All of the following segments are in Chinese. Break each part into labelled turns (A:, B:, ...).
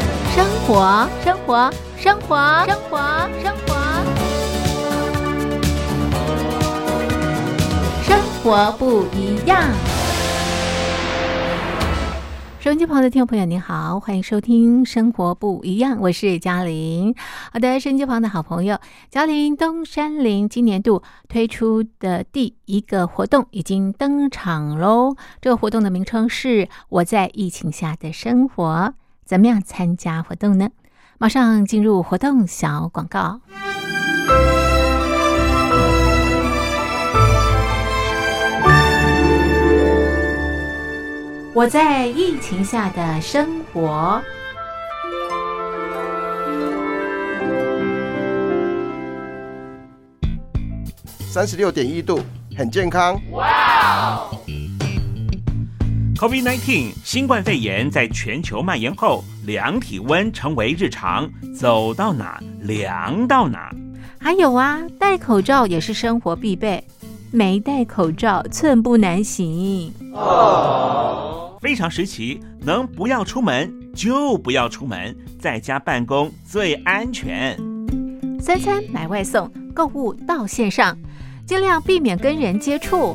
A: 活，生活，生活，生活，生活，生活不一样。收音机旁的听众朋友，您好，欢迎收听《生活不一样》，我是嘉玲。好的，收音机旁的好朋友，嘉玲东山林今年度推出的第一个活动已经登场喽。这个活动的名称是“我在疫情下的生活”。怎么样参加活动呢？马上进入活动小广告。我在疫情下的生活。
B: 三十六点一度，很健康。
C: COVID-19 新冠肺炎在全球蔓延后，量体温成为日常，走到哪量到哪。
A: 还有啊，戴口罩也是生活必备，没戴口罩寸步难行。
C: 非常时期，能不要出门就不要出门，在家办公最安全。
A: 三餐买外送，购物到线上，尽量避免跟人接触。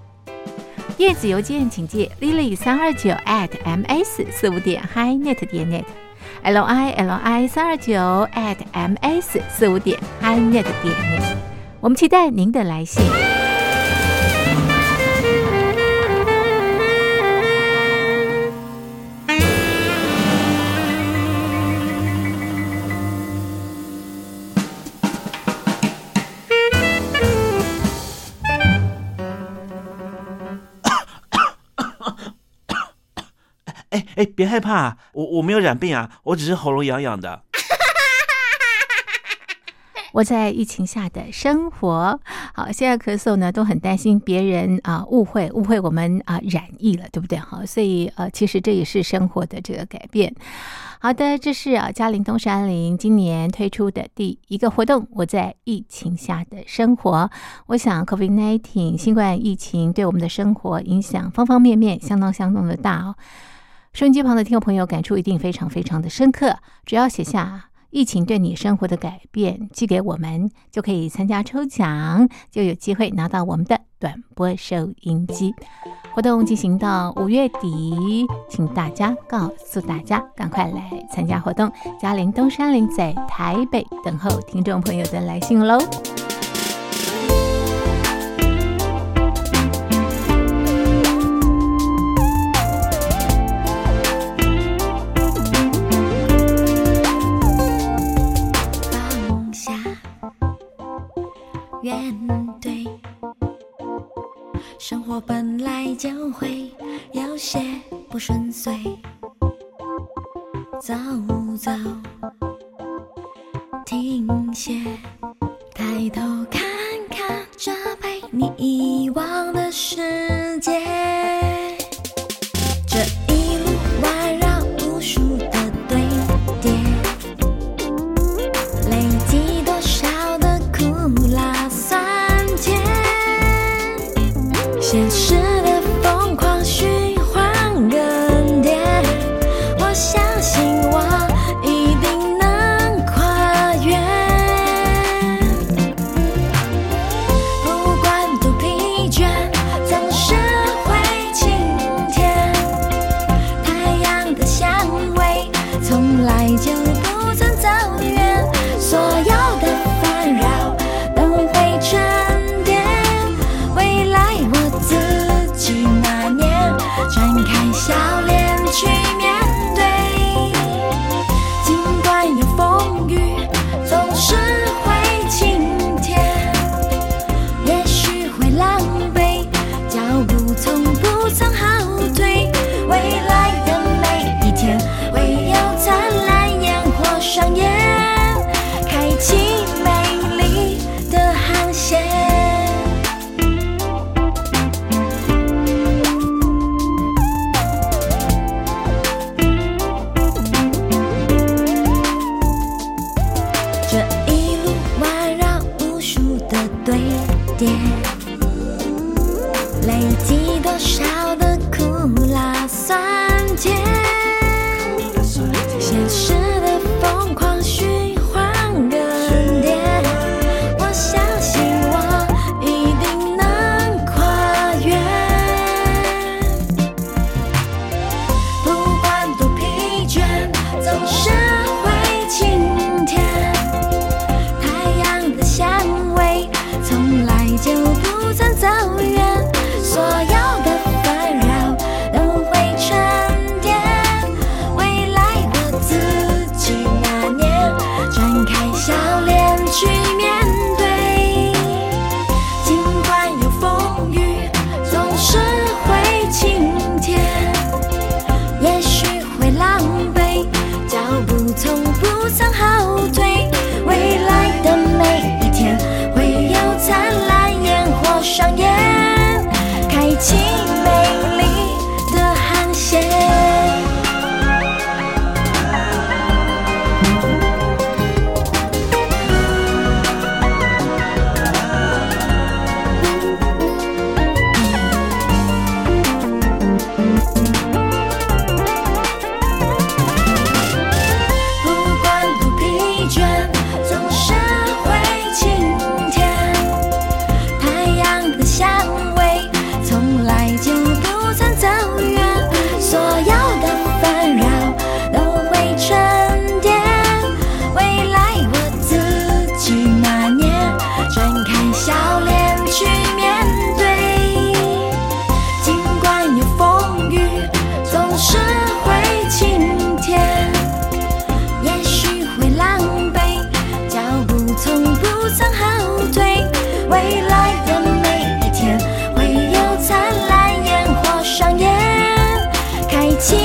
A: 电子邮件请寄 lily 三二九 at m s 四五点 hi net 点 net l i l i 三二九 at m s 四五点 hi net 点 net。我们期待您的来信。
C: 哎哎，别害怕，我我没有染病啊，我只是喉咙痒痒的。
A: 我在疫情下的生活。好，现在咳嗽呢，都很担心别人啊、误会，误会我们啊、染疫了，对不对？好，所以呃，其实这也是生活的这个改变。好的，这是啊，嘉陵东山林今年推出的第一个活动，我在疫情下的生活。我想，COVID-19 新冠疫情对我们的生活影响方方面面，相当相当的大哦。收音机旁的听众朋友，感触一定非常非常的深刻。只要写下疫情对你生活的改变，寄给我们，就可以参加抽奖，就有机会拿到我们的短波收音机。活动进行到五月底，请大家告诉大家，赶快来参加活动。嘉陵东山林在台北等候听众朋友的来信喽。
D: 把梦想圆对。生活本来就会有些不顺遂，走走，停歇，抬头看看这被你遗忘的世界。这一路环绕无数的堆叠。累积多少的苦辣酸甜，现实的从不曾后退。未来的每一天，会有灿烂烟火上演，开启美丽的航线。不管路疲倦，总是会晴天。太阳的香味从来就不曾走远，所有的烦扰都会沉淀。未来我自己拿捏，展开笑脸去面对。尽管有风雨，总是会晴天。也许会狼狈，脚步从不曾后退。未来的每一天，会有灿烂烟火上演，开启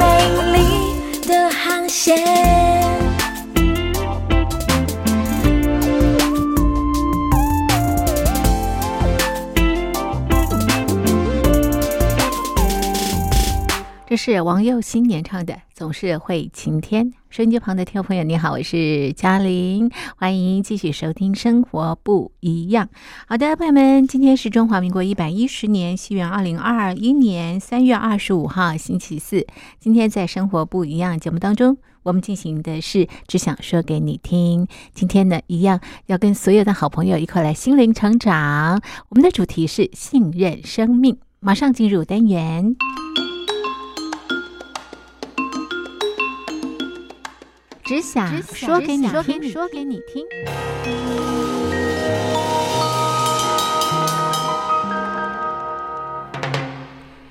D: 美丽的航线。
A: 这是王佑新演唱的《总是会晴天》。收音机旁的听众朋友，你好，我是嘉玲，欢迎继续收听《生活不一样》。好的，朋友们，今天是中华民国一百一十年西元二零二一年三月二十五号，星期四。今天在《生活不一样》节目当中，我们进行的是“只想说给你听”。今天呢，一样要跟所有的好朋友一块来心灵成长。我们的主题是信任生命，马上进入单元。只想说给你听，说给你听。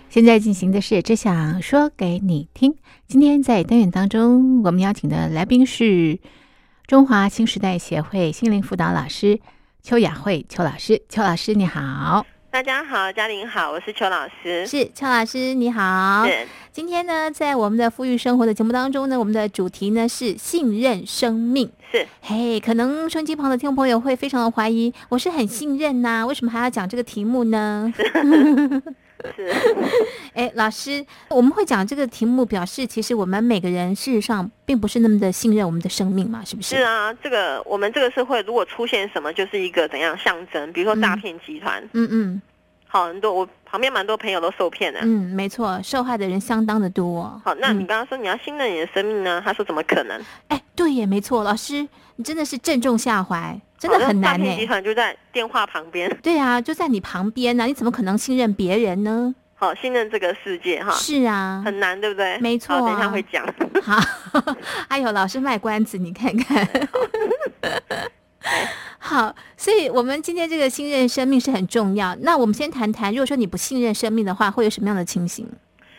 A: 现在进行的是只想说给你听。今天在单元当中，我们邀请的来宾是中华新时代协会心灵辅导老师邱雅慧邱老师。邱老师你好，
E: 大家好，嘉玲好，我是邱老师。
A: 是邱老师你好
E: 是
A: 今天呢，在我们的富裕生活的节目当中呢，我们的主题呢是信任生命。
E: 是，
A: 嘿，可能收音机旁的听众朋友会非常的怀疑，我是很信任呐、为什么还要讲这个题目呢？
E: 是，
A: 哎，老师，我们会讲这个题目，表示其实我们每个人事实上并不是那么的信任我们的生命嘛，是不是？
E: 是啊，这个我们这个社会如果出现什么，就是一个怎样象征，比如说诈骗集团，
A: 嗯嗯
E: 好很多我旁边蛮多朋友都受骗的。
A: 嗯，没错，受害的人相当的多。
E: 好，那你
A: 嗯
E: 刚刚说你要信任你的生命呢？他说怎么可能？
A: 哎、对耶，没错，老师，你真的是正中下怀，真的
E: 好
A: 很
E: 那诈
A: 难欸
E: 骗集
A: 呢。
E: 团就在电话旁边，
A: 对啊，就在你旁边呢、啊你怎么可能信任别人呢？
E: 好，信任这个世界哈，
A: 是啊，
E: 很难，对不对？
A: 没错啊
E: 好等一下会讲。
A: 好， 哎呦，老师卖关子，你看看。 好，所以我们今天这个信任生命是很重要。那我们先谈谈，如果说你不信任生命的话，会有什么样的情形？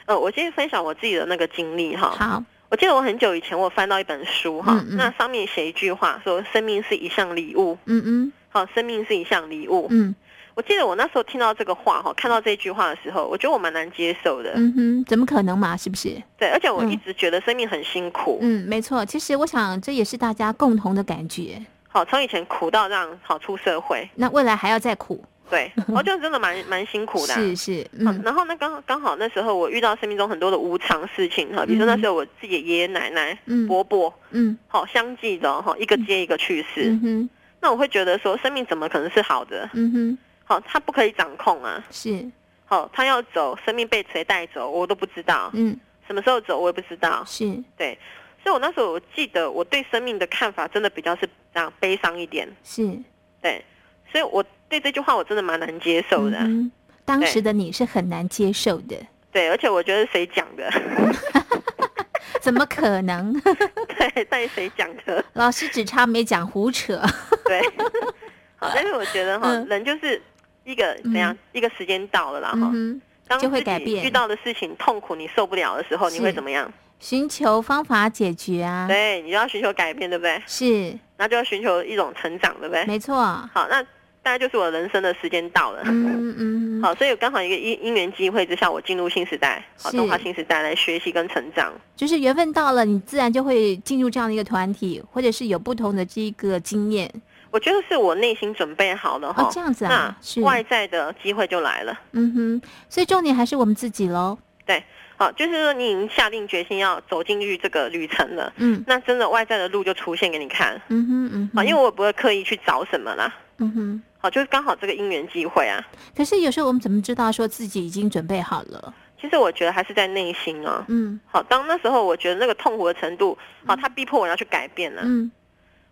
E: 呃，我先分享我自己的那个经历哈。
A: 好，
E: 我记得我很久以前我翻到一本书哈，
A: 嗯嗯
E: 那上面写一句话说：“生命是一项礼物。”
A: 嗯嗯
E: 好，生命是一项礼物。
A: 嗯
E: 我记得我那时候听到这个话哈，看到这句话的时候，我觉得我蛮难接受的。
A: 嗯哼，怎么可能嘛？是不是？
E: 对，而且我
A: 嗯
E: 一直觉得生命很辛苦，
A: 嗯，没错。其实我想，这也是大家共同的感觉。
E: 好，从以前苦到让好出社会，
A: 那未来还要再苦，
E: 对，我觉得真的蛮蛮辛苦的啊、
A: 嗯是是，
E: 好
A: 嗯
E: 然后那刚刚好那时候我遇到生命中很多的无常事情哈，比如说
A: 嗯
E: 那时候我自己的爷爷奶奶、
A: 嗯
E: 伯伯，
A: 嗯
E: 好相继的哈，一个接一个去世，
A: 嗯哼
E: 那我会觉得说生命怎么可能是好的？
A: 嗯哼，
E: 好，他不可以掌控啊，
A: 是，
E: 好，他要走，生命被谁带走我都不知道，
A: 嗯
E: 什么时候走我也不知道，
A: 是，
E: 对，所以我那时候我记得我对生命的看法真的比较是这样悲伤一点，
A: 是
E: 对，所以我对这句话我真的蛮难接受
A: 嗯
E: 的，
A: 哼。当
E: 对
A: 时的你是很难接受的，
E: 对，而且我觉得是谁讲 的，
A: 怎么可能？
E: 对，到底谁讲的，
A: 老师只差没讲胡扯，
E: 对，好，但是我觉得哈，
A: 嗯
E: 人就是一个怎样，一个时间到了啦哈，
A: 嗯哼，
E: 当
A: 就会
E: 自己
A: 改变
E: 遇到的事情痛苦你受不了的时候，你
A: 是
E: 会怎么样？
A: 寻求方法解决啊，
E: 对，你就要寻求改变，对不对？
A: 是
E: 那就要寻求一种成长，对不对？
A: 没错，
E: 好，那。大概就是我人生的时间到了。
F: 嗯 嗯，
E: 好，所以刚好一个因因缘机会之下，我进入新时代，好，
F: 是
E: 动画新时代来学习跟成长。
F: 就是缘分到了，你自然就会进入这样的一个团体，或者是有不同的这个经验
E: 我觉得是我内心准备好了哈、
F: 哦，这样子啊，是
E: 那，外在的机会就来了。
F: 嗯哼，所以重点还是我们自己喽，
E: 好，就是说你已经下定决心要走进去这个旅程了，
F: 嗯
E: 那真的外在的路就出现给你看。
F: 嗯哼嗯
E: 好，
F: 哼，
E: 因为我也不会刻意去找什么啦。
F: 嗯哼，
E: 好，就是刚好这个因缘机会啊。
F: 可是有时候我们怎么知道说自己已经准备好了？
E: 其实我觉得还是在内心啊。
F: 嗯
E: 好，当那时候我觉得那个痛苦的程度，好，它逼迫我要去改变了。
F: 嗯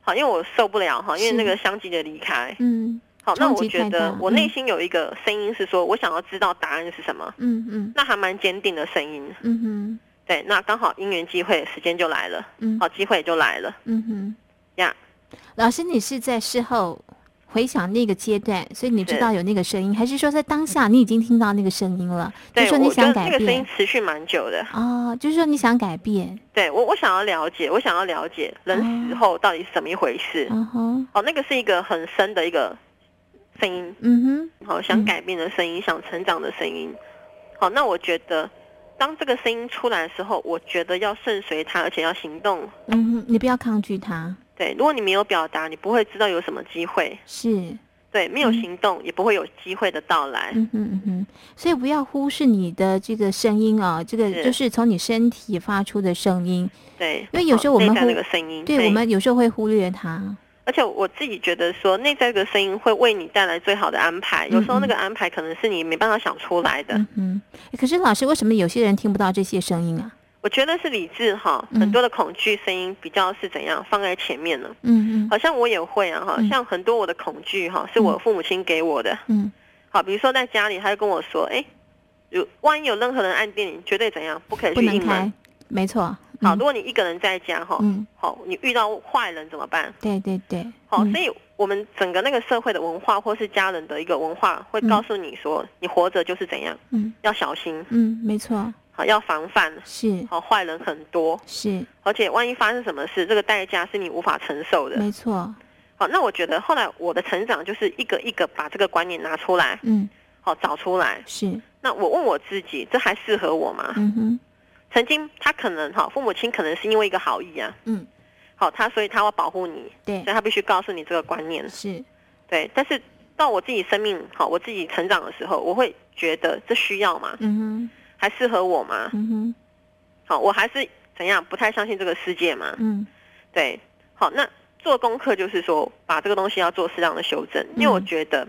E: 好，因为我受不了哈，因为
F: 是
E: 那个相继的离开。
F: 嗯
E: 好，那
F: 冲
E: 我
F: 击
E: 觉
F: 太
E: 得
F: 大
E: 我内
F: 嗯
E: 心有一个声音是说，我想要知道答案是什么，
F: 嗯嗯
E: 那还蛮坚定的声音。
F: 嗯哼
E: 对，那刚好因缘机会，时间就来了，
F: 嗯
E: 好，机会就来了
F: 嗯哼，
E: 呀。
F: 老师，你是在事后回想那个阶段，所以你知
E: 是
F: 道有那个声音，还是说在当下你已经听到那个声音了？就
E: 对，
F: 说你
E: 我觉
F: 想
E: 得那个
F: 改
E: 声音
F: 变
E: 持续蛮久的。
F: 哦，就是说你想改变，
E: 对我，我想要了解，我想要了解人死后到底是怎么一回事。
F: 哦嗯哼，
E: 哦，那个是一个很深的一个声音，
F: 嗯哼。
E: 好、想改变的声音，想成长的声音。好，那我觉得当这个声音出来的时候，我觉得要顺随它，而且要行动。
F: 嗯哼，你不要抗拒它，
E: 对，如果你没有表达，你不会知道有什么机会。
F: 是，
E: 对，没有
F: 嗯
E: 行动，也不会有机会的到来。
F: 嗯哼嗯哼，所以不要忽视你的这个声音啊、这个
E: 是
F: 就是从你身体发出的声音，
E: 对，
F: 因为有
E: 好
F: 时候我
E: 内
F: 们
E: 在
F: 忽
E: 那个声音，
F: 对我们有时候会忽略它，
E: 而且我自己觉得说，内在这个声音会为你带来最好的安排。有时候那个安排可能是你没办法想出来的。
F: 嗯哼。可是老师，为什么有些人听不到这些声音啊？
E: 我觉得是理智哈，
F: 嗯
E: 很多的恐惧声音比较是怎样放在前面呢？
F: 嗯嗯
E: 好像我也会啊哈
F: 嗯，
E: 像很多我的恐惧哈，是我父母亲给我的。
F: 嗯，
E: 好，比如说在家里，他就跟我说，哎，有万一有任何人按电铃，绝对怎样，不可以
F: 不
E: 去
F: 能
E: 应门
F: 开。，没错，
E: 好，
F: 嗯
E: 如果你一个人在家哈，
F: 嗯，
E: 好，你遇到坏人怎么办？
F: 对对对，
E: 好、
F: 嗯
E: 所以我们整个那个社会的文化，或是家人的一个文化，会
F: 嗯
E: 告诉你说，你活着就是怎样，
F: 嗯
E: 要小心，
F: 嗯，没错，
E: 好，要防范，
F: 是
E: 好，坏人很多，
F: 是
E: 而且万一发生什么事，这个代价是你无法承受的。
F: 没错，
E: 好，那我觉得后来我的成长就是一个一个把这个观念拿出来，
F: 嗯
E: 好，找出来。
F: 是，
E: 那我问我自己，这还适合我吗？
F: 嗯哼
E: 曾经他可能哈，父母亲可能是因为一个好意啊，
F: 嗯
E: 好，他所以他要保护你，
F: 对
E: 所以他必须告诉你这个观念。
F: 是，
E: 对，但是到我自己生命好，我自己成长的时候，我会觉得这需要吗？
F: 嗯
E: 还适合我吗
F: 哼？嗯哼
E: 好，我还是怎样不太相信这个世界嘛？
F: 嗯
E: 对，好，那做功课就是说把这个东西要做适当的修正，
F: 嗯
E: 因为我觉得，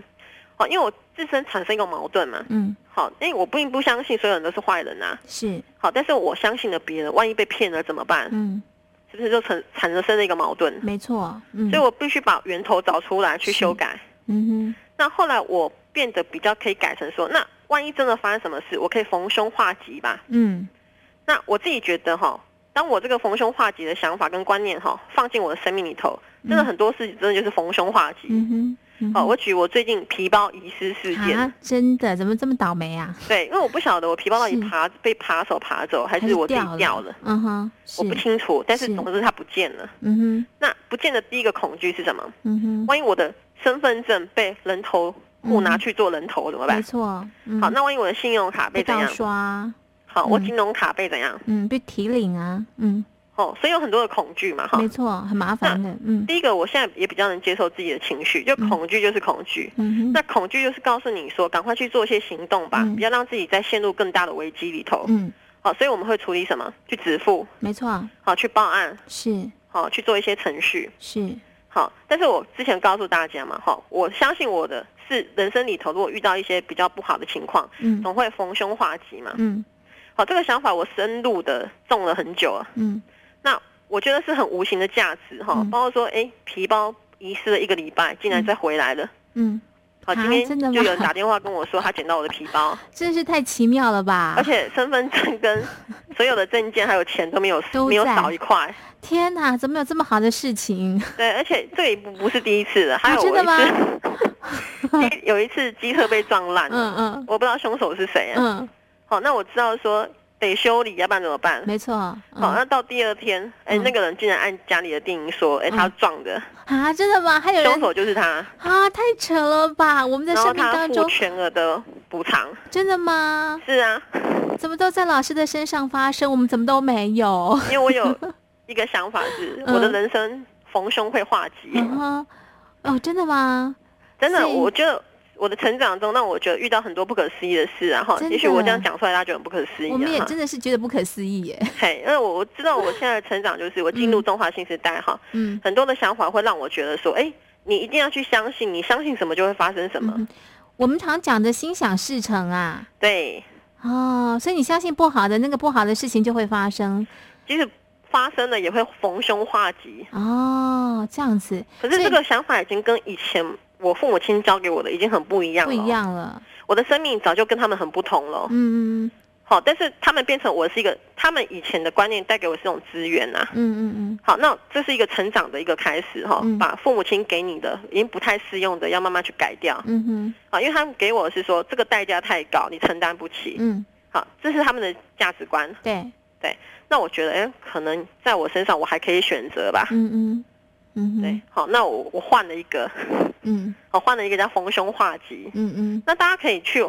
E: 好，因为我自身产生一个矛盾嘛。
F: 嗯
E: 好，因为我并不相信所有人都是坏人啊。
F: 是，
E: 好，但是我相信了别人，万一被骗了怎么办？
F: 嗯
E: 是不是就产产生了一个矛盾？
F: 没错，嗯，
E: 所以我必须把源头找出来去修改。
F: 嗯
E: 那后来我变得比较可以改成说，那万一真的发生什么事，我可以逢凶化吉吧
F: 哼，？嗯
E: 那我自己觉得哈，当我这个逢凶化吉的想法跟观念哈放进我的生命里头，真的很多事情真的就是逢凶化吉。
F: 嗯哼，嗯
E: 好，
F: 哼
E: 哦我举我最近皮包遗失事件，
F: 啊，真的怎么这么倒霉啊？
E: 对，因为我不晓得我皮包到底
F: 是
E: 爬被扒手爬走，还
F: 还
E: 是我自己
F: 掉
E: 掉了，
F: 了？嗯哼，是
E: 我不清楚。但是
F: 是
E: 总之它不见了。
F: 嗯哼，
E: 那不见的第一个恐惧是什么？
F: 嗯
E: 万一我的身份证被人头户拿
F: 嗯
E: 去做人头怎么
F: 哼，没
E: 办？
F: 错，
E: 好，
F: 嗯
E: 那万一我的信用卡被
F: 被
E: 怎
F: 盗
E: 样？
F: 刷啊，
E: 好，我
F: 嗯
E: 金融卡被怎样？
F: 嗯，被提领啊，嗯，
E: 哦，所以有很多的恐惧嘛，哈
F: 没。错，很麻烦的，嗯
E: 第一个，我现在也比较能接受自己的情绪，就恐惧就是恐惧。
F: 嗯
E: 那
F: 哼，
E: 恐惧就是告诉你说，赶快去做一些行动吧，
F: 嗯
E: 不要让自己再陷入更大的危机里头。
F: 嗯，
E: 好，所以我们会处理什么？去止付，
F: 没错，
E: 好，去报案，
F: 是
E: 好，去做一些程序。
F: 是，
E: 好，但是我之前告诉大家嘛，哈，我相信我的是人生里头，如果遇到一些比较不好的情况，
F: 嗯
E: 总会逢凶化吉嘛。
F: 嗯
E: 好，这个想法我深入的种了很久了。
F: 嗯
E: 那我觉得是很无形的价值哈
F: 嗯，
E: 包括说，哎，皮包遗失了一个礼拜，竟然再回来了。
F: 嗯，
E: 好，
F: 啊
E: 今天
F: 真的吗
E: 就有人打电话跟我说，他捡到我的皮 包，
F: 真是太奇妙了吧
E: 而！且身份证跟所有的证件还有钱都没有
F: 都在
E: 没有少一块。
F: 天哪，怎么有这么好的 事情？
E: 对，而且这也不不是第一次了，还有
F: 啊真
E: 我
F: 的
E: 一次， 有一次机车被撞烂，
F: 嗯嗯
E: 我不知道凶手是谁啊。
F: 嗯
E: 好，那我知道说。等得修理，要不然怎么办？
F: 没错，
E: 好，那
F: 嗯、
E: 到第二天，哎，
F: 嗯
E: 那个人竟然按家里的电影说，哎，他
F: 嗯
E: 撞的，
F: 啊，真的吗？还有
E: 凶
F: 人
E: 手就是他，
F: 啊，太扯了吧！我们的
E: 然后
F: 生命
E: 他
F: 当
E: 付
F: 中，
E: 全额的补偿。
F: 真的吗？
E: 是啊，
F: 怎么都在老师的身上发生，我们怎么都没有？
E: 因为我 有一个想法是，
F: 嗯
E: 我的人生逢凶会化吉，
F: 嗯哼，哦，真的吗？
E: 真的，
F: 所以
E: 我觉得。我的成长中，让我觉得遇到很多不可思议的事、啊，然后
F: 真的
E: 也许我这样讲出来，大家觉得很不可思议、啊。
F: 我们也
E: 哈
F: 真的是觉得不可思议耶。
E: 嘿，因为我我知道我现在的成长就是我进入中华新时代哈，
F: 嗯，
E: 很多的想法会让我觉得说，哎，你一定要去相信，你相信什么就会发生什么。
F: 嗯我们常讲的心想事成啊，
E: 对，
F: 哦，所以你相信不好的那个不好的事情就会发生
E: 即使发生了也会逢凶化吉。
F: 哦，这样子
E: 可是
F: 所以
E: 这个想法已经跟以前我父母亲教给我的已经很不一样
F: 不
E: 了，啊
F: 一。样了。
E: 我的生命早就跟他们很不同了。
F: 嗯嗯
E: 好，但是他们变成我是一个，他们以前的观念带给我是这种资源呐、啊。
F: 嗯嗯
E: 好，那这是一个成长的一个开始哈、
F: 嗯
E: 把父母亲给你的已经不太适用的，要慢慢去改掉。
F: 嗯嗯哼
E: 啊，因为他们给我的是说这个代价太高，你承担不起。
F: 嗯，
E: 好，这是他们的价值观。
F: 对，
E: 那我觉得，哎，可能在我身上我还可以选择吧。
F: 嗯嗯嗯哼
E: 对，好，那我我换了一个，
F: 嗯
E: 我换了一个叫逢凶化吉。
F: 嗯嗯
E: 那大家可以去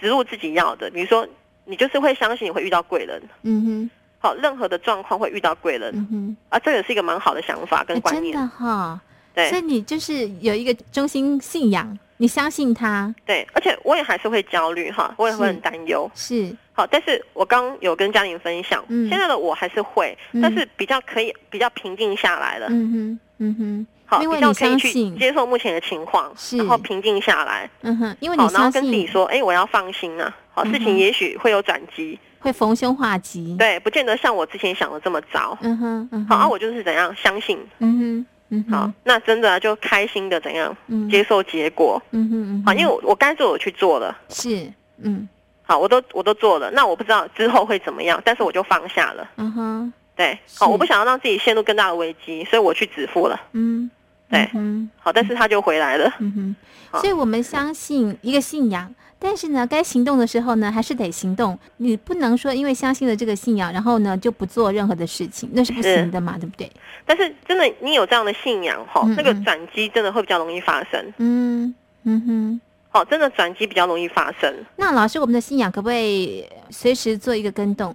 E: 植入自己要的，比如说，你就是会相信你会遇到贵人。
F: 嗯哼
E: 好，任何的状况会遇到贵人、
F: 嗯哼，
E: 啊，这个是一个蛮好的想法跟
F: 哎
E: 观
F: 真
E: 念。
F: 的哈、所以
E: 对
F: 你就是有一个中心信仰，你相信他
E: 对，而且我也还是会焦虑哈，我也会
F: 是
E: 很担忧。
F: 是
E: 好，但是我刚有跟嘉玲分享，
F: 嗯
E: 现在的我还是会，
F: 嗯
E: 但是比较可以比较平静下来了。
F: 嗯哼嗯哼
E: 好，
F: 因为
E: 比较
F: 你
E: 可以
F: 相
E: 去
F: 信
E: 接受目前的情况，
F: 是
E: 然后平静下来，
F: 嗯哼，因为你
E: 好，然后
F: 相
E: 跟自己
F: 信
E: 说，哎，我要放心啊，好，事
F: 嗯
E: 情
F: 哼嗯
E: 也许会有转机，
F: 会逢凶化吉，，
E: 对，不见得像我之前想的这么糟。
F: 嗯哼嗯
E: 好，
F: 哼，
E: 啊，我就是怎样相信，
F: 嗯哼嗯哼
E: 好，那真的啊、就开心的怎样
F: 嗯
E: 接受结果，
F: 嗯哼嗯哼，
E: 好，因为我我该做我去做了，
F: 是嗯
E: 好，我都我都做了，那我不知道之后会怎么样，但是我就放下了，
F: 嗯哼
E: 对，好，
F: 是
E: 我不想要让自己陷入更大的危机，所以我去止付了，
F: 嗯
E: 对
F: 嗯
E: 好，但是他就回来了，
F: 哼嗯哼，
E: 好
F: 所以我们相信一个信仰。但是呢，该行动的时候呢，还是得行动。你不能说因为相信了这个信仰，然后呢就不做任何的事情，那是不
E: 是
F: 行的嘛，对不对？
E: 但是真的你有这样的信仰哈
F: 嗯，
E: 那个
F: 嗯
E: 转机真的会比较容易发生，
F: 嗯嗯哼。
E: 好，真的转机比较容易发生，
F: 那老师，我们的信仰可不可以随时做一个跟动？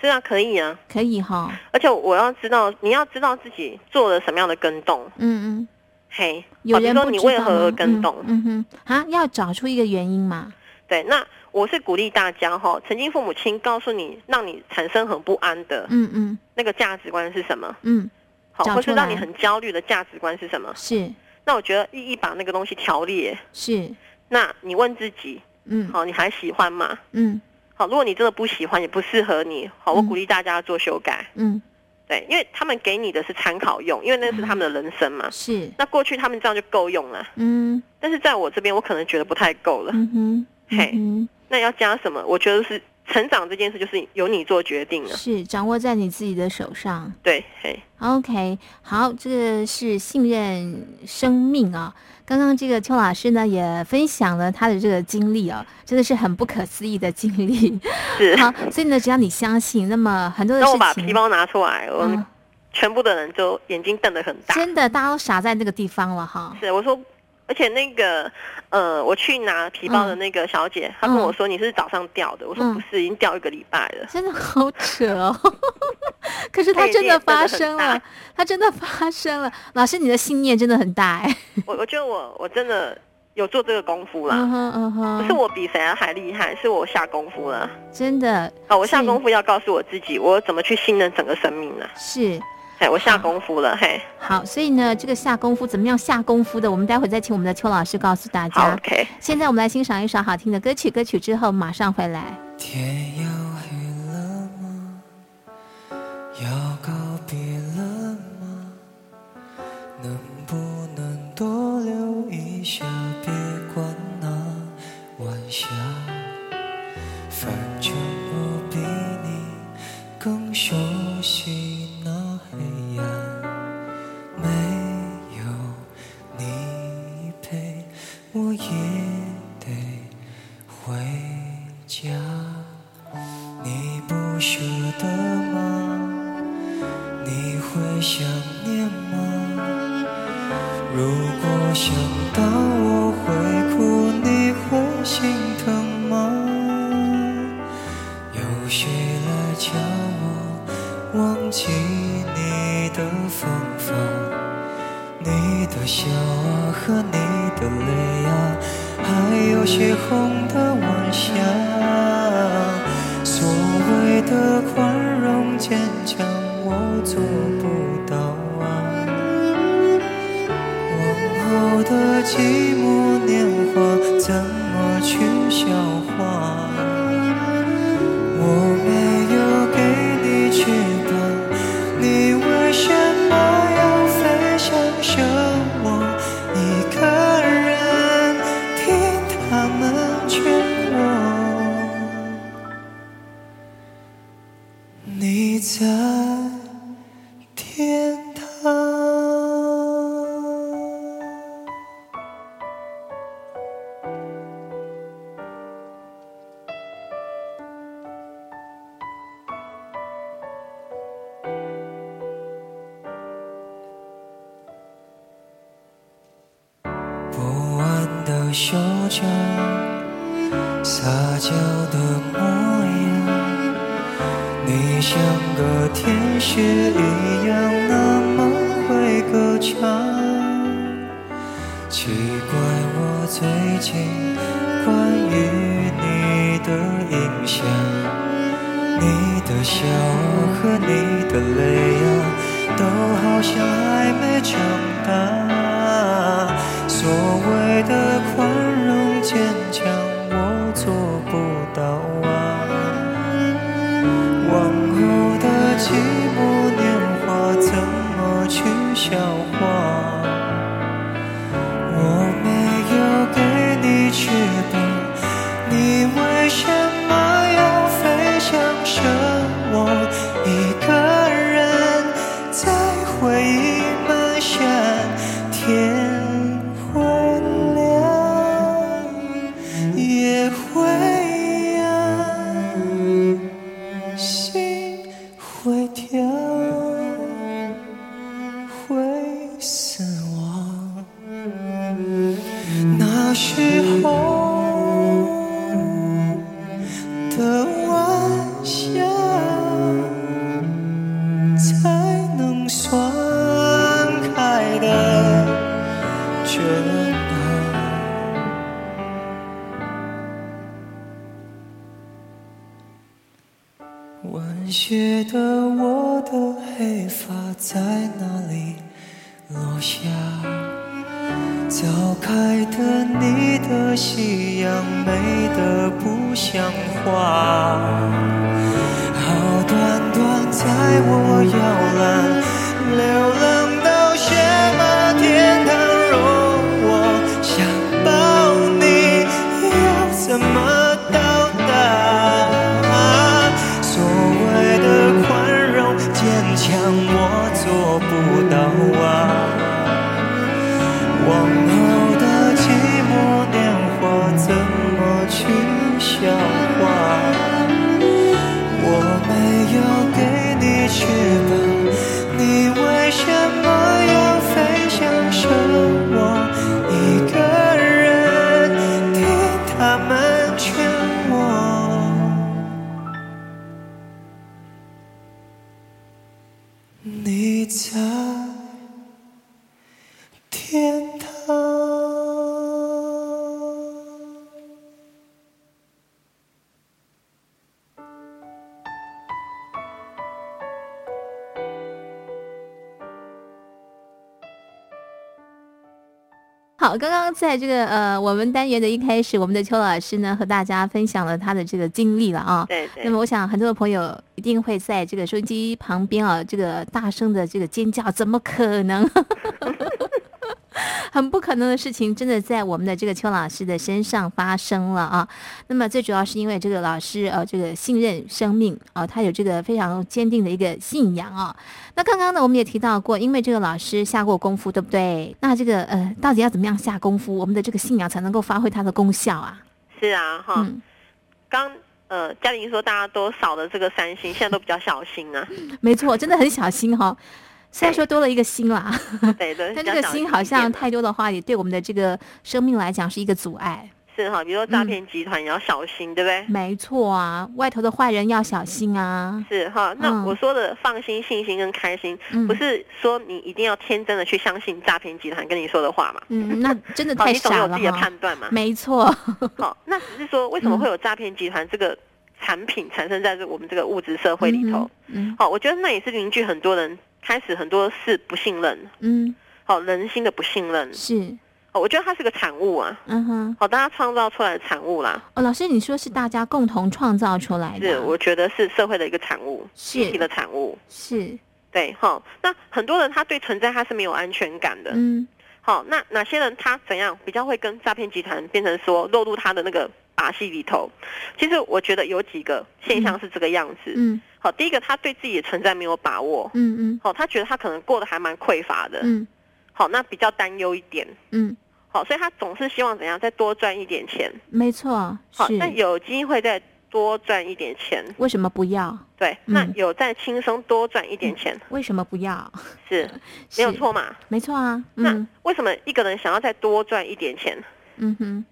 E: 是啊，可以啊，
F: 可以哈，
E: 而且我要知道你要知道自己做了什么样的跟动，
F: 嗯嗯，
E: 嘿，
F: 有
E: 好比
F: 人
E: 如说
F: 不知
E: 你
F: 道
E: 为何而
F: 吗
E: 跟动，
F: 嗯嗯哼，啊，要找出一个原因嘛，
E: 对，那我是鼓励大家哈，曾经父母亲告诉你让你产生很不安的
F: 嗯嗯
E: 那个价值观是什么？
F: 嗯，
E: 好，
F: 找
E: 或
F: 出
E: 是让
F: 来
E: 你很焦虑的价值观是什么？
F: 是
E: 那我觉得一一把那个东西条列，
F: 是，
E: 那你问自己，
F: 嗯
E: 好，你还喜欢吗？
F: 嗯
E: 好，如果你真的不喜欢，也不适合你，好，我
F: 嗯
E: 鼓励大家做修改，
F: 嗯
E: 对，因为他们给你的是参考用，因为那是他们的人生嘛。
F: 是，
E: 那过去他们这样就够用了，
F: 嗯
E: 但是在我这边，我可能觉得不太够了。
F: 嗯哼，
E: 嘿
F: 嗯
E: 那要加什么？我觉得是成长这件事，就是由你做决定
F: 哼，
E: 啊。
F: 是掌握在你自己的手上。
E: 对，嘿，
F: OK，好，这个是信任生命啊。刚刚这个邱老师呢也分享了他的这个经历啊，真的是很不可思议的经历。
E: 是。
F: 好，所以呢，只要你相信，那么很多的
E: 那
F: 事
E: 我
F: 情，
E: 把皮包拿出来，我们
F: 嗯
E: 全部的人就眼睛瞪得很大。
F: 真的大家都傻在那个地方了哈。
E: 是，我说，而且那个，呃，我去拿皮包的那个小姐，她跟我说你是早上掉的，我说
F: 嗯
E: 不是，已经掉一个礼拜了。
F: 真的好扯哦！ 可是它
E: 对
F: 真
E: 你
F: 的
E: 也真
F: 发
E: 的很
F: 生
E: 大
F: 了，它真的发生了。老师，你的信念真的很大哎。
E: 我我觉得我我真的有做这个功夫啦，
F: 嗯哼嗯
E: 不是
F: 哼，
E: 我比谁还厉害，是我下功夫了。
F: 真的
E: 啊，我下
F: 是
E: 功夫要告诉我自己，我怎么去信任整个生命呢？
F: 是
E: 嘿，我下功夫了，嘿，
F: 好。所以呢，这个下功夫怎么样下功夫的，我们待会再请我们的邱老师告诉大
E: 好
F: 家。
E: ，OK。
F: 现在我们来欣赏一首好听的歌曲，歌曲之后马上回来。
D: 天要黑了吗？要告别了吗？能不能多留一下？别管那晚霞，反正我比你更熟悉那黑暗。没有你陪，我也得回家。你不是如果想到我会哭，你会心疼吗？有谁来教我忘记你的方法？你的笑啊和你的泪啊，还有血红的晚霞。所谓的宽容坚强，我做不到啊。往后的寂寞年华，怎么去消化？我没有给你翅膀，你为什么要飞翔？剩我一个人听他们劝我，你在天堂。不安的手掌，撒娇的模样，你像个天使一样那么会歌唱。奇怪，我最近关于你的印象，你的笑和你的泪啊，都好像还没长大。所谓的宽容坚强，我做不到啊。往后的寂寞年华，怎么去消化？我没有给你翅膀，你为什么要飞翔？剩我一个人在回忆漫山，天会亮，夜会暗。心会跳，会死亡。那时候的晚霞，才能算开的正好。晚雪的我的黑发在哪里落下？早开的你的夕阳美得不像话，好端端在我摇篮，流浪到什么天堂？若我想抱你，要怎么到达？所谓的宽容坚强，我做不到啊。往后的寂寞年华，怎么去消化？我没有给你翅膀，你为什么要飞翔？剩我一个人听他们劝我，你在天堂。
F: 好，刚刚在这个呃，我们单元的一开始，我们的邱老师呢和大家分享了他的这个经历了啊。
E: 对对
F: 那么我想很多的朋友一定会在这个收音机旁边啊，这个大声的这个尖叫，怎么可能？ 很不可能的事情，真的在我们的这个邱老师的身上发生了啊！那么最主要是因为这个老师呃，这个信任生命啊、他有这个非常坚定的一个信仰啊、那刚刚呢，我们也提到过，因为这个老师下过功夫，对不对？那这个呃，到底要怎么样下功夫，我们的这个信仰才能够发挥它的功效啊？
E: 是啊，哈、
F: 嗯，
E: 刚呃，嘉玲说大家都少了这个三星，现在都比较小心啊。
F: 没错，真的很小心哈、虽然说多了一个心啦，
E: 对的。
F: 但
E: 比
F: 这
E: 较
F: 嗯个
E: 小
F: 心
E: 一
F: 好
E: 点
F: 像
E: 嘛
F: 太多的话，也对我们的这个生命来讲是一个阻碍。
E: 是哈，比如说诈骗集团也要小心，对不对？
F: 没错啊，外头的坏人要小心啊。
E: 是哈，那
F: 嗯
E: 我说的放心、信心跟开心，
F: 嗯
E: 不是说你一定要天真的去相信诈骗集团跟你说的话嘛？
F: 嗯，那真的
E: 好，
F: 太
E: 你总
F: 傻
E: 有
F: 了
E: 自己的
F: 哈。
E: 判断嘛？
F: 没错，
E: 好，那只是说为什么会有诈骗集团这个产品产生在这我们这个物质社会里头？
F: 嗯
E: 好，我觉得那也是凝聚很多人开始很多事不信任，
F: 嗯，
E: 好人心的不信任。
F: 是，
E: 好，我觉得它是个产物啊，
F: 嗯哼。
E: 好，大家创造出来的产物啦，
F: 哦，老师，你说是大家共同创造出来的
E: 是
F: 啊，
E: 我觉得是社会的一个产物，集体
F: 是
E: 的产物。
F: 是，
E: 对，好，那很多人他对存在他是没有安全感的。
F: 嗯
E: 好，那哪些人他怎样比较会跟诈骗集团变成说落入他的那个把戏里头？其实我觉得有几个现象是这个样子。
F: 嗯
E: 好，第一个他对自己的存在没有把握，
F: 嗯嗯
E: 好，他觉得他可能过得还蛮匮乏的，
F: 嗯
E: 好，那比较担忧一点，
F: 嗯，
E: 好，所以他总是希望怎样再多赚一点钱，
F: 没错，
E: 好，
F: 是
E: 那。有机会再多赚一点钱，
F: 为什么不要？
E: 对，那
F: 嗯
E: 有再轻松多赚一点钱
F: 为什么不要？
E: 是没有
F: 是，
E: 错嘛？
F: 没错啊。
E: 那
F: 嗯
E: 为什么一个人想要再多赚一点钱，
F: 嗯哼。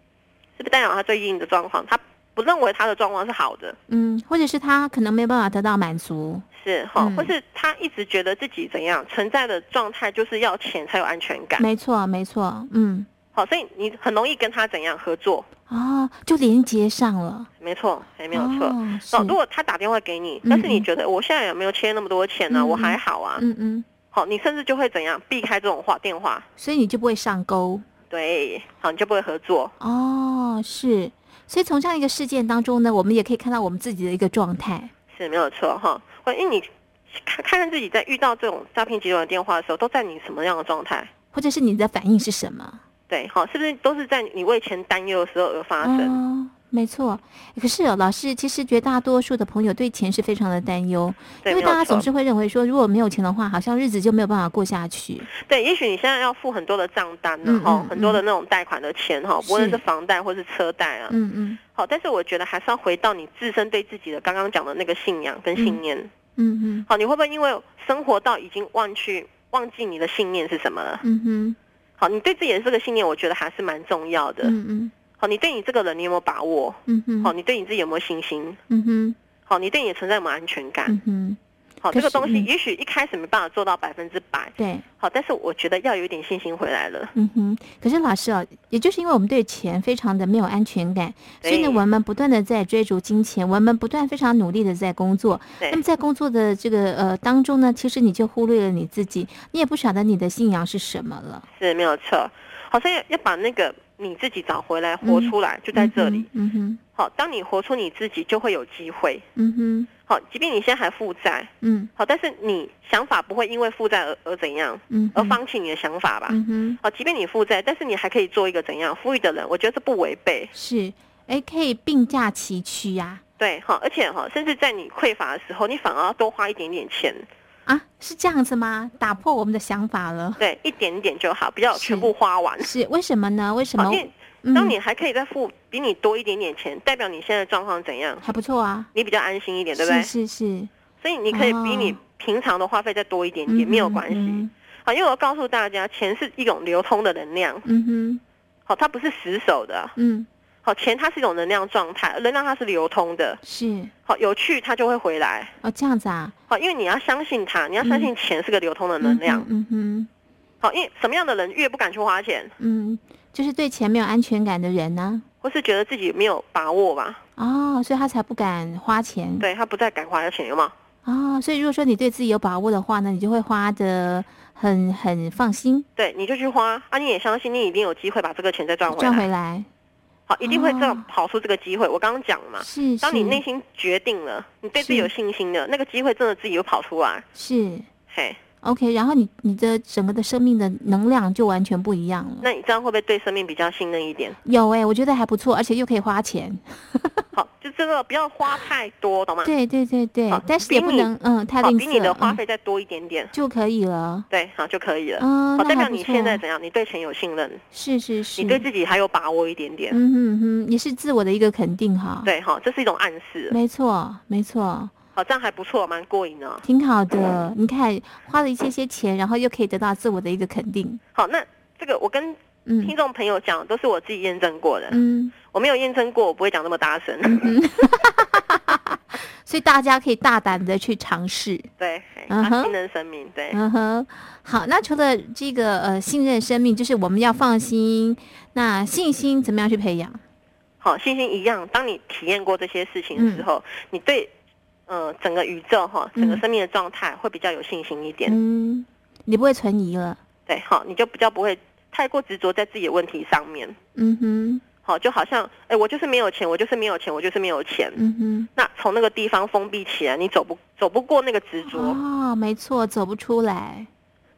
E: 是不是代表他最近的状况？他不认为他的状况是好的，
F: 嗯，或者是他可能没有办法得到满足，
E: 是哈，
F: 嗯
E: 或是他一直觉得自己怎样存在的状态就是要钱才有安全感，
F: 没错，没错，嗯，
E: 好，所以你很容易跟他怎样合作，
F: 哦，就连接上了，
E: 没错，哎，没有错。
F: 哦是
E: 哦，如果他打电话给你，
F: 嗯
E: 但是你觉得我现在也没有欠那么多钱呢、
F: 嗯
E: 我还好啊。
F: 嗯嗯，
E: 好，你甚至就会怎样避开这种话电话，
F: 所以你就不会上钩，
E: 对，好，你就不会合作。
F: 哦，是，所以从这样一个事件当中呢，我们也可以看到我们自己的一个状态，
E: 是没有错哈。或因为你看看看自己在遇到这种诈骗集团的电话的时候，都在你什么样的状态？
F: 或者是你的反应是什么？
E: 对，好，是不是都是在你为钱担忧的时候而发生？
F: 哦，没错，可是哦，老师，其实绝大多数的朋友对钱是非常的担忧，
E: 对，
F: 因为
E: 没有
F: 大家
E: 错
F: 总是会认为说，如果没有钱的话，好像日子就没有办法过下去。
E: 对，也许你现在要付很多的账单呢、
F: 嗯
E: 哈、
F: 嗯
E: 很多的那种贷款的钱哈，
F: 是
E: 无论是房贷或是车贷啊，
F: 嗯嗯
E: 好，但是我觉得还是要回到你自身对自己的刚刚讲的那个信仰跟信念。
F: 嗯嗯
E: 好，你会不会因为生活到已经忘去忘记你的信念是什么了？
F: 嗯哼
E: 好，你对自己的这个信念，我觉得还是蛮重要的。
F: 嗯嗯
E: 好，你对你这个人你有没有把握？
F: 嗯哼，
E: 好，你对你自己有没有信心？
F: 嗯哼，
E: 好，你对你的存在有没有安全感？
F: 嗯哼，
E: 好，
F: 可
E: 这
F: 是
E: 个东西
F: 嗯
E: 也许一开始没办法做到百分之百，
F: 对，
E: 好，但是我觉得要有一点信心回来了。
F: 嗯哼。可是老师哦，也就是因为我们对钱非常的没有安全感，所以
E: 对
F: 呢，我们不断的在追逐金钱，我们不断非常努力的在工作。
E: 对
F: 那么在工作的这个呃当中呢，其实你就忽略了你自己，你也不晓得你的信仰是什么了。
E: 是没有错。好，所以要把那个你自己找回来，活出来，就在这里。
F: 嗯哼，
E: 好，当你活出你自己，就会有机会。
F: 嗯哼，
E: 好，即便你现在还负债，
F: 嗯
E: 好，但是你想法不会因为负债而而怎样，
F: 嗯
E: 而
F: 哼，
E: 放弃你的想法吧。
F: 嗯哼，
E: 好，即便你负债，但是你还可以做一个怎样富裕的人，我觉得这不违背。
F: 是，哎，可以并驾齐驱呀、
E: 对，好，而且哈，甚至在你匮乏的时候，你反而要多花一点点钱，
F: 啊。是这样子吗？打破我们的想法 了。
E: 对，一点点就好，不要
F: 是
E: 全部花完。
F: 是为什么呢？为什
E: 好，
F: 么嗯
E: 因？为当你还可以再付比你多一点点钱，代表你现在状况怎样，
F: 还不错啊，
E: 你比较安心一点，对不对？
F: 是是是，
E: 所以你可以比你
F: 哦
E: 平常的花费再多一点
F: 嗯
E: 点，没有
F: 哼
E: 关系
F: 嗯。
E: 好，因为我要告诉大家，钱是一种流通的能量，
F: 嗯哼，
E: 好，它不是死守的。
F: 嗯，
E: 好，钱它是一种能量状态，能量它是流通的。
F: 是
E: 好，有趣它就会回来。
F: 哦，这样子啊，
E: 好，因为你要相信它，你要相信钱是个流通的能量。
F: 嗯哼，
E: 好，因为什么样的人越不敢去花钱，
F: 嗯，就是对钱没有安全感的人呢、
E: 或是觉得自己没有把握吧？
F: 哦，所以他才不敢花钱。，
E: 对他不再敢花钱，有吗？
F: 哦，所以如果说你对自己有把握的话呢，你就会花的很很放心，
E: 对，你就去花啊！你也相信你一定有机会把这个钱再赚回来，
F: 赚回来。
E: 好，一定会这
F: 哦
E: 样跑出这个机会。我刚刚讲了嘛，
F: 是，
E: 当你内
F: 是
E: 心决定了，你对自己
F: 哦是
E: 有信心了，那个机会真的自己会跑出来。
F: 是
E: 嘿，
F: OK，然后你你的整个的生命的能量就完全不一样了。
E: 那你这样会不会对生命比较信任一 点？
F: 有哎、我觉得还不错，而且又可以花钱。
E: 好，就这个不要花太多，懂吗？
F: 对对对对
E: 好，
F: 但是也
E: 比
F: 不
E: 你
F: 能嗯太
E: 好，
F: 吝啬，
E: 比你的花
F: 嗯
E: 费再多一点点，
F: 就可以了。
E: 对，好就可以了。
F: 嗯，
E: 好，
F: 那
E: 代表
F: 还不
E: 你
F: 错
E: 现在怎样？你对钱有信任，
F: 是是是，
E: 你对自己还有把握一点点。
F: 嗯嗯哼哼，也是自我的一个肯定哈。，
E: 对哈，这是一种暗示。
F: 没错，没错。
E: 好，这样还不错，蛮过瘾的。哦
F: 挺好的。你看，花了一些些钱，然后又可以得到自我的一个肯定。
E: 好，那这个我跟听
F: 嗯
E: 众朋友讲，都是我自己验证过的，
F: 嗯，
E: 我没有验证过，我不会讲那么大声。
F: 所以大家可以大胆的去尝试。
E: 对，
F: 嗯
E: 啊，
F: 哼
E: 信任生命，对，
F: 嗯哼，好。那除了这个呃信任生命，就是我们要放心。那信心怎么样去培养？
E: 好，信心一样。当你体验过这些事情的时候，你对呃整个宇宙哈，整个
F: 嗯
E: 生命的状态会比较有信心一点。
F: 嗯，你不会存疑了。
E: 对，好，你就比较不会太过执着在自己的问题上面。
F: 嗯哼，
E: 好，就好像哎，我就是没有钱，我就是没有钱，我就是没有钱。
F: 嗯
E: 那从那个地方封闭起来，你走不走不过那个执
F: 哼，
E: 着，
F: 哦，没错，走不出来。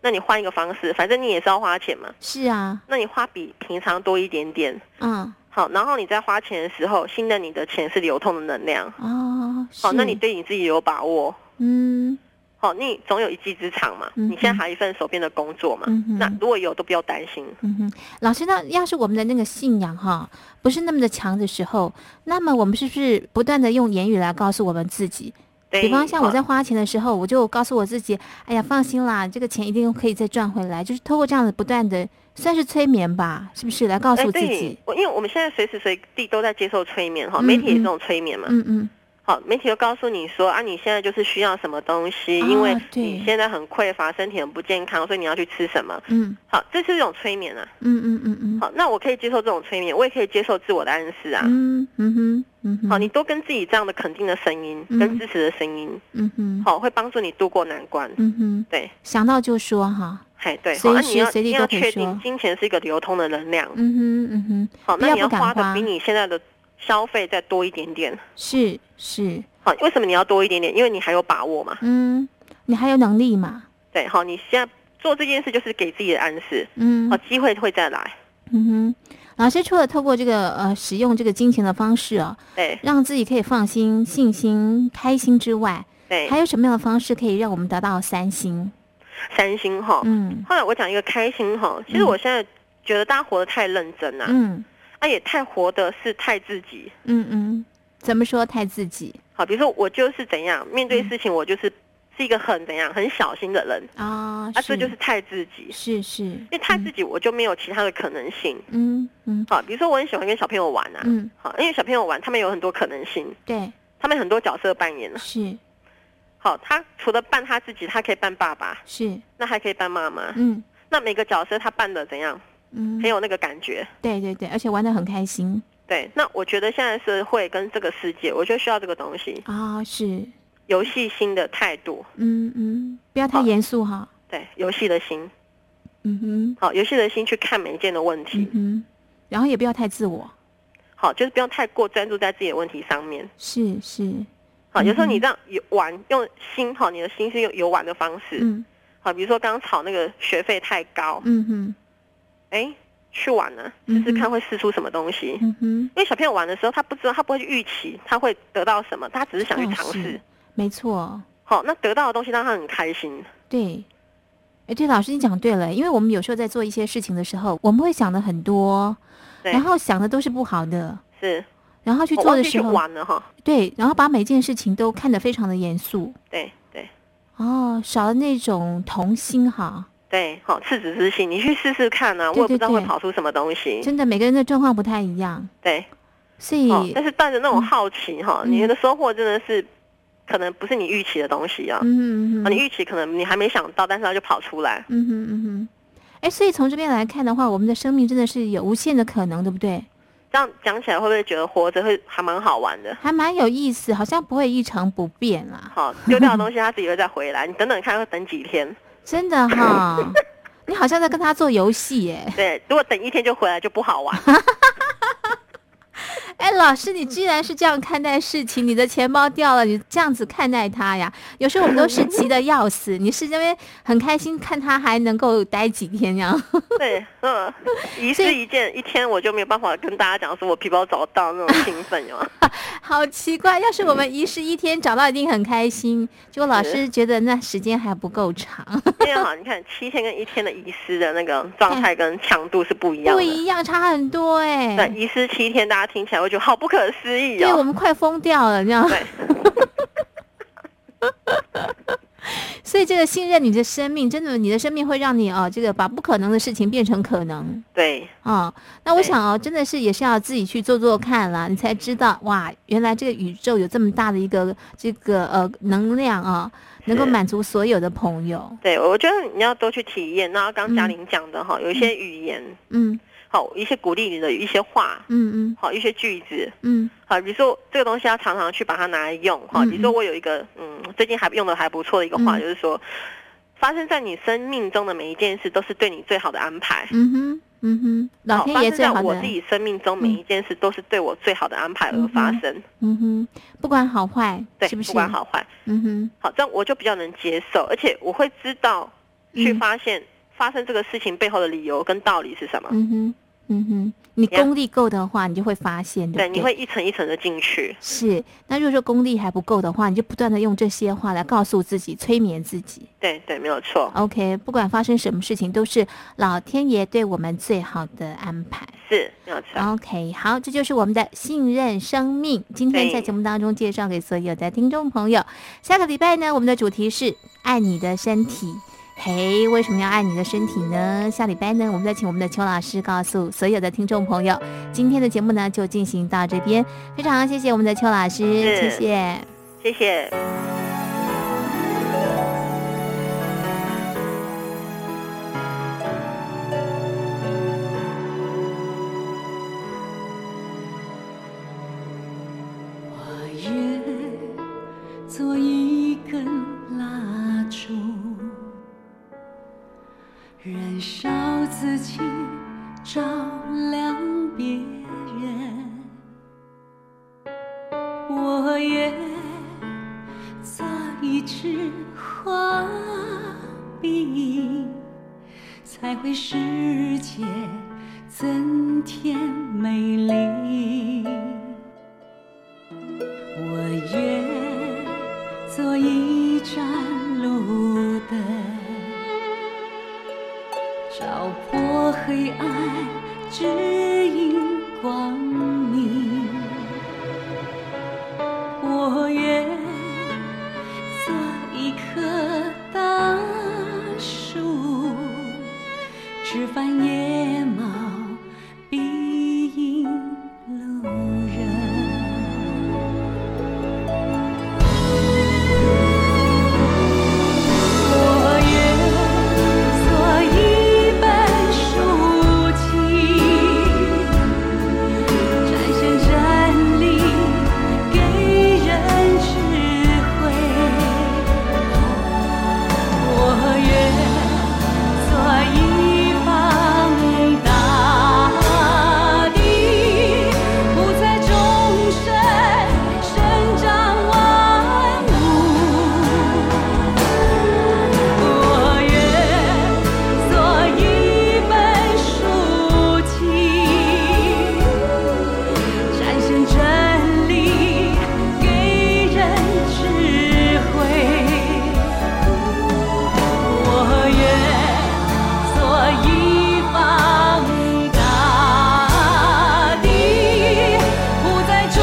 E: 那你换一个方式，反正你也是要花钱嘛，
F: 是啊，
E: 那你花比平常多一点点。
F: 嗯，
E: 好，然后你在花钱的时候，信任你的钱是流通的能量。
F: 哦，是
E: 好，那你对你自己有把握。
F: 嗯
E: 好，你总有一技之长嘛，
F: 嗯哼
E: 你现在还有一份手边的工作嘛，
F: 嗯哼
E: 那如果有都不要担心。
F: 嗯哼，老师，那要是我们的那个信仰哈不是那么的强的时候，那么我们是不是不断的用言语来告诉我们自己？
E: 对
F: 比方像我在
E: 好
F: 花钱的时候，我就告诉我自己，哎呀，放心啦，这个钱一定可以再赚回来。就是透过这样子不断的，算是催眠吧，是不是来告诉
E: 哎，
F: 自己
E: 对？，我因为我们现在随时随地都在接受催眠哈，
F: 嗯
E: 媒体也是
F: 嗯
E: 这种催眠嘛。
F: 嗯嗯，
E: 好，媒体就告诉你说啊，你现在就是需要什么东西，
F: 啊
E: 因为
F: 对
E: 你现在很匮乏，身体很不健康，所以你要去吃什么。
F: 嗯
E: 好，这是一种催眠啊。
F: 嗯嗯嗯嗯，
E: 好，那我可以接受这种催眠，我也可以接受自我的暗示啊。
F: 嗯嗯哼嗯哼，
E: 好，你多跟自己这样的肯定的声音，
F: 嗯
E: 跟支持的声音，
F: 嗯哼
E: 好，会帮助你渡过难关。
F: 嗯哼，
E: 对，
F: 想到就说哈，
E: 哎，对，
F: 随
E: 好，那
F: 时
E: 你要
F: 随地
E: 你要
F: 都可以
E: 确
F: 说
E: 定金钱是一个流通的能量。
F: 嗯哼嗯哼。
E: 好，
F: 不
E: 那
F: 要
E: 你要
F: 不敢
E: 花的
F: 花
E: 比你现在的消费再多一点点。
F: 是是，
E: 好，为什么你要多一点点？因为你还有把握嘛。
F: 嗯，你还有能力嘛？
E: 对，好，你现在做这件事就是给自己的暗示，
F: 嗯
E: 好，机会会再来。
F: 嗯哼，老师除了透过这个呃使用这个金钱的方式啊，
E: 对
F: 让自己可以放心、信心、开心之外，
E: 对
F: 还，有什么样的方式可以让我们得到三星？
E: 三星哈。
F: 嗯
E: 后来我讲一个开心哈，其实
F: 嗯
E: 我现在觉得大家活得太认真了、啊，
F: 嗯
E: 也太活的是太自己。
F: 嗯嗯，怎么说太自己
E: 好，比如说我就是怎样面对
F: 嗯
E: 事情，我就是是一个很怎样很小心的人，
F: 啊？
E: 啊，这就是太自己。
F: 是是，因
E: 因为太自己，我就没有其他的可能性。
F: 嗯嗯
E: 好，比如说我很喜欢跟小朋友玩啊，
F: 嗯，
E: 好，因为小朋友玩，他们有很多可能性，
F: 对，
E: 他们很多角色扮演。
F: 是
E: 好，他除了扮他自己，他可以扮爸爸，
F: 是，
E: 那还可以扮妈妈。
F: 嗯
E: 那每个角色他扮的怎样，
F: 嗯
E: 很，有那个感觉。
F: 对对对，而且玩的很开心
E: 对，那我觉得现在社会跟这个世界，我觉得需要这个东西，
F: 啊，是，
E: 游戏心的态度，
F: 嗯嗯，不要太
E: 好
F: 严肃哈，
E: 对，游戏的心，
F: 嗯哼。
E: 好，游戏的心去看每一件的问题
F: 嗯，哼，然后也不要太自我，
E: 好，就是不用太过专注在自己的问题上面。
F: 是是，
E: 好，有时候
F: 嗯哼
E: 你让游玩用心，好，你的心是用游玩的方式，
F: 嗯
E: 好，比如说刚刚吵那个学费太高，
F: 嗯哼
E: 哎，去玩呢、
F: 嗯
E: 试
F: 哼
E: 试看会试出什么东西。
F: 嗯哼，
E: 因为小朋友玩的时候，他不知道，他不会去预期他会得到什么，他只是想去
F: 倒
E: 尝试
F: 哦是。没错，
E: 好，那得到的东西让他很开心。
F: 对。哎，对，老师你讲对了，因为我们有时候在做一些事情的时候，我们会想的很多，
E: 对
F: 然后想的都是不好的，
E: 是，
F: 然后去
E: 我
F: 做
E: 忘
F: 的
E: 记去
F: 时候，
E: 玩了哈。
F: 对，然后把每件事情都看得非常的严肃，
E: 对对
F: 哦，少了那种童心哈。
E: 对，好，赤子之心，你去试试看啊，我
F: 对
E: 也不知道
F: 对
E: 会
F: 对
E: 跑出什么东西。
F: 真的，每个人的状况不太一样，
E: 对，
F: 所以、
E: 哦，但是带着那种好奇哈，
F: 嗯
E: 你的收获真的是可能不是你预期的东西啊。
F: 嗯嗯
E: 啊，
F: 嗯
E: 你预期可能你还没想到，但是它就跑出来。
F: 嗯哼嗯哼，哎，所以从这边来看的话，我们的生命真的是有无限的可能，对不对？
E: 这样讲起来，会不会觉得活着会还蛮好玩的？
F: 还蛮有意思，好像不会一成不变啦，
E: 好，丢掉的东西它自己会再回来，你等等看会等几天。
F: 真的哈、 你好像在跟他做游戏耶！
E: 对，如果等一天就回来就不好玩。
F: 哎，老师，你居然是这样看待事情，你的钱包掉了，你这样子看待它呀？有时候我们都是急得 要死，你是因为很开心看他还能够待几天这样？
E: 对，嗯，一事一件，一天我就没有办法跟大家讲说我皮包找到那种兴奋哟。
F: 好奇怪，要是我们一十一天找到，一定很开心。结果老
E: 是
F: 师觉得那时间还不够长，
E: 这样好，你看七天跟一天的遗失的那个状态跟强度是不一样
F: 不
E: 的。
F: 一样，差很多哎、
E: 对，遗失七天，大家听起来会觉得好不可思议
F: 对我
E: 哦。
F: 们快疯掉了，这样。
E: 对，
A: 所以这个信任你的生命，真的，你的生命会让你哦，这个把不可能的事情变成可能
E: 对，
A: 啊、那我
E: 对嗯
A: 想哦，真的是也是要自己去做做看啦，你才知道哇，原来这个宇宙有这么大的一个这个呃能量啊、能够
E: 是
A: 满足所有的朋友。
E: 对，我觉得你要多去体验。然后刚
A: 嗯
E: 嘉玲讲的哈，有一些语言，
A: 嗯
E: 好，一些鼓励你的一些话，
A: 嗯嗯
E: 好，一些句子，
A: 嗯
E: 好，比如说这个东西要常常去把它拿来用哈。
A: 嗯
E: 比如说我有一个嗯，最近还用的还不错的一个话，
A: 嗯
E: 就是说，发生在你生命中的每一件事都是对你最好的安排。
A: 嗯哼嗯哼，老
E: 好
A: 天爷
E: 发
A: 最
E: 生在
A: 好
E: 我
A: 的
E: 自，己生命中每一件事都是对我最好的安排而发生，
A: 嗯哼，不管好坏，
E: 对，
A: 是不是？
E: 不管，好坏，
A: 嗯哼，
E: 好，这样我就比较能接受，而且我会知道去
A: 嗯
E: 发现发生这个事情背后的理由跟道理是什么。
A: 嗯哼，嗯哼，你
E: 呀
A: 功力够的话，你就会发现，
E: 对，
A: 对不
E: 你
A: 对？
E: 会一层一层的进去，
A: 是，那如果说功力还不够的话，你就不断的用这些话来告诉自己，催眠自己。
E: 对对，没有错，
A: OK，不管发生什么事情，都是老天爷对我们最好的安排。
E: 是啊没有错。
A: OK，好，这就是我们的信任生命。今天在
E: 对
A: 节目当中介绍给所有的听众朋友。下个礼拜呢，我们的主题是爱你的身体。嘿，为什么要爱你的身体呢？下礼拜呢，我们再请我们的邱老师告诉所有的听众朋友，今天的节目呢就进行到这边。非常谢谢我们的邱老师，谢
E: 是
A: 谢。
E: 谢谢。
D: 我愿做一根蜡烛，燃烧自己，照亮别人。我愿做一支花笔，才会世界增添美丽。我愿做一盏路灯，照破黑暗，指引光明。我愿做一棵大树，枝繁叶茂，庇荫路人。我愿做一本书籍，展现站立，给人智慧。我愿做一方大地，不在众生生长万物。我愿做一本书籍，展现真理，给人智慧。我愿做一方大地，不在众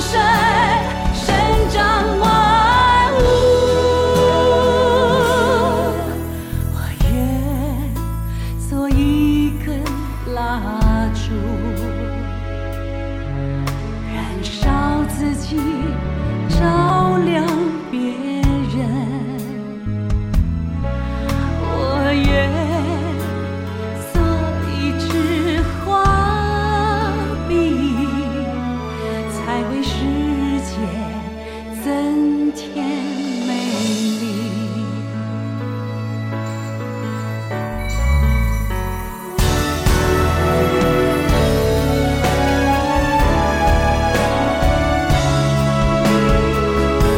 D: 生生长万物。我愿做一根蜡烛，燃烧自己，照亮别人。我愿做一支花笔，才为世界增添美丽。我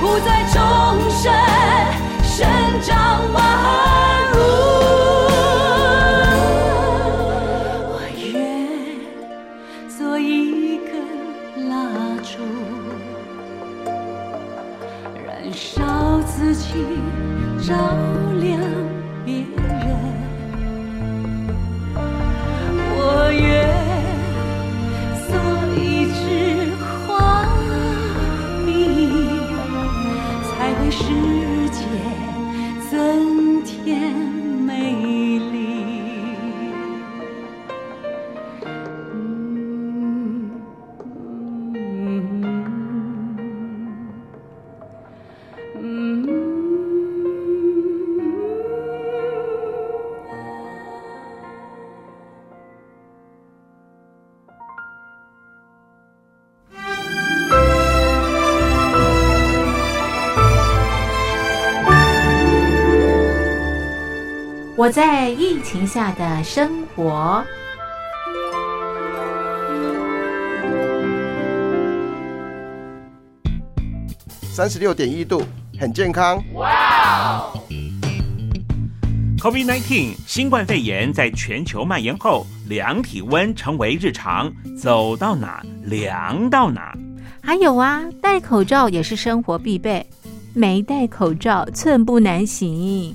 D: 生生长宛如。我愿做一根蜡烛，燃烧自己，照亮别人。我愿做一只花蜜，才为世界增添美丽。嗯嗯嗯
A: 我在疫情下的生活。
B: 三十六点一度，很健康。
C: COVID-19 新冠肺炎在全球蔓延后，量体温成为日常，走到哪量到哪。
A: 还有啊，戴口罩也是生活必备，没戴口罩寸步难行。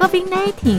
A: COVID-19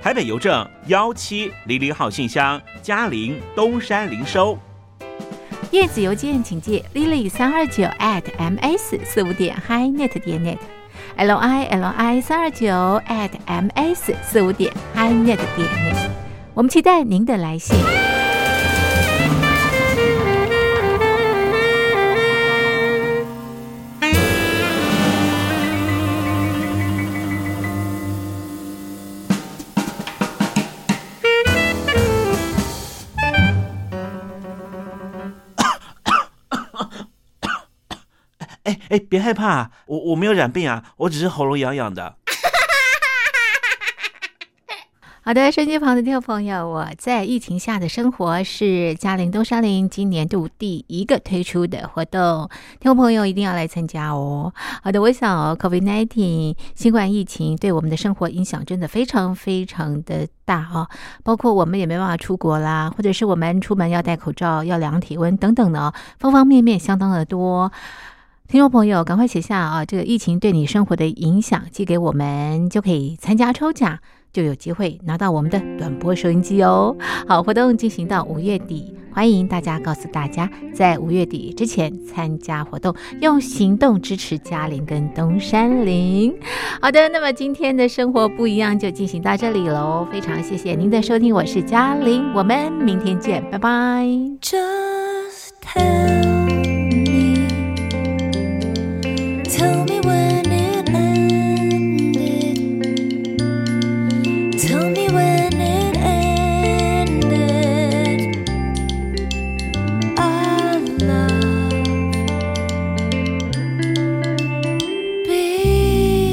C: 台北邮政幺七零零号信箱，嘉陵东山零收。
A: 电子邮件请借 lily 三二九 at m s 四五点 hi net 点 net l i l i 三二九 at m s 四五点 hi net 点 net。我们期待您的来信。
C: 哎哎，别害怕，我我没有染病啊，我只是喉咙痒痒的。
A: 好的，收音机旁的听众朋友，我在疫情下的生活是嘉陵东山林今年度第一个推出的活动，听众朋友一定要来参加哦。好的，我想哦，COVID-19 新冠疫情对我们的生活影响真的非常非常的大哦，包括我们也没办法出国啦，或者是我们出门要戴口罩、要量体温等等的哦，方方面面相当的多。听众朋友，赶快写下啊，这个疫情对你生活的影响，寄给我们就可以参加抽奖，就有机会拿到我们的短波收音机哦。好，活动进行到五月底，欢迎大家告诉大家，在五月底之前参加活动，用行动支持嘉陵跟东山林。好的，那么今天的生活不一样就进行到这里喽，非常谢谢您的收听，我是嘉玲，我们明天见，拜拜。
D: Just tell me, tell me when it ended. Tell me when it ended. Our love beyond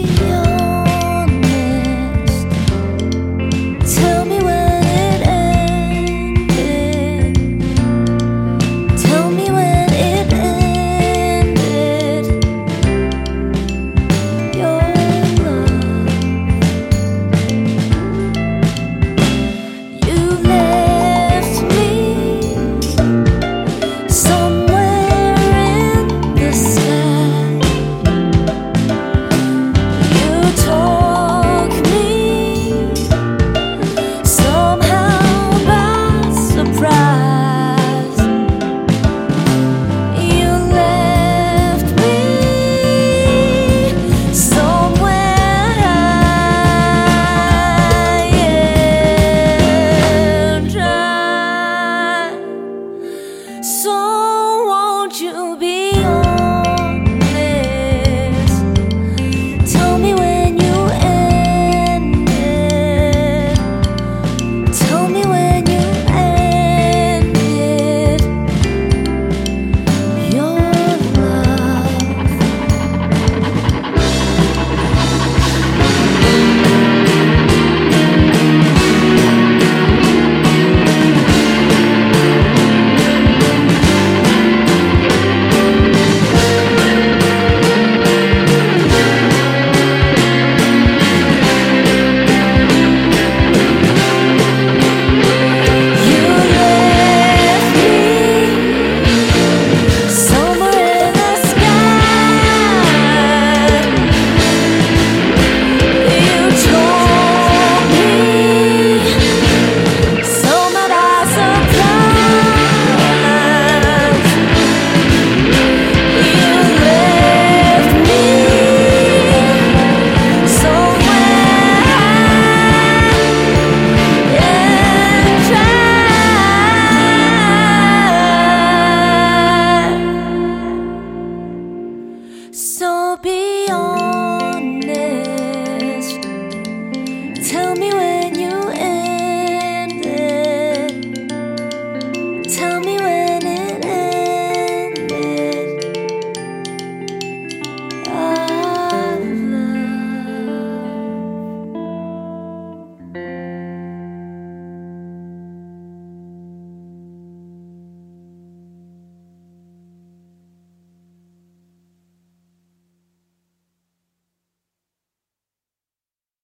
F: So be your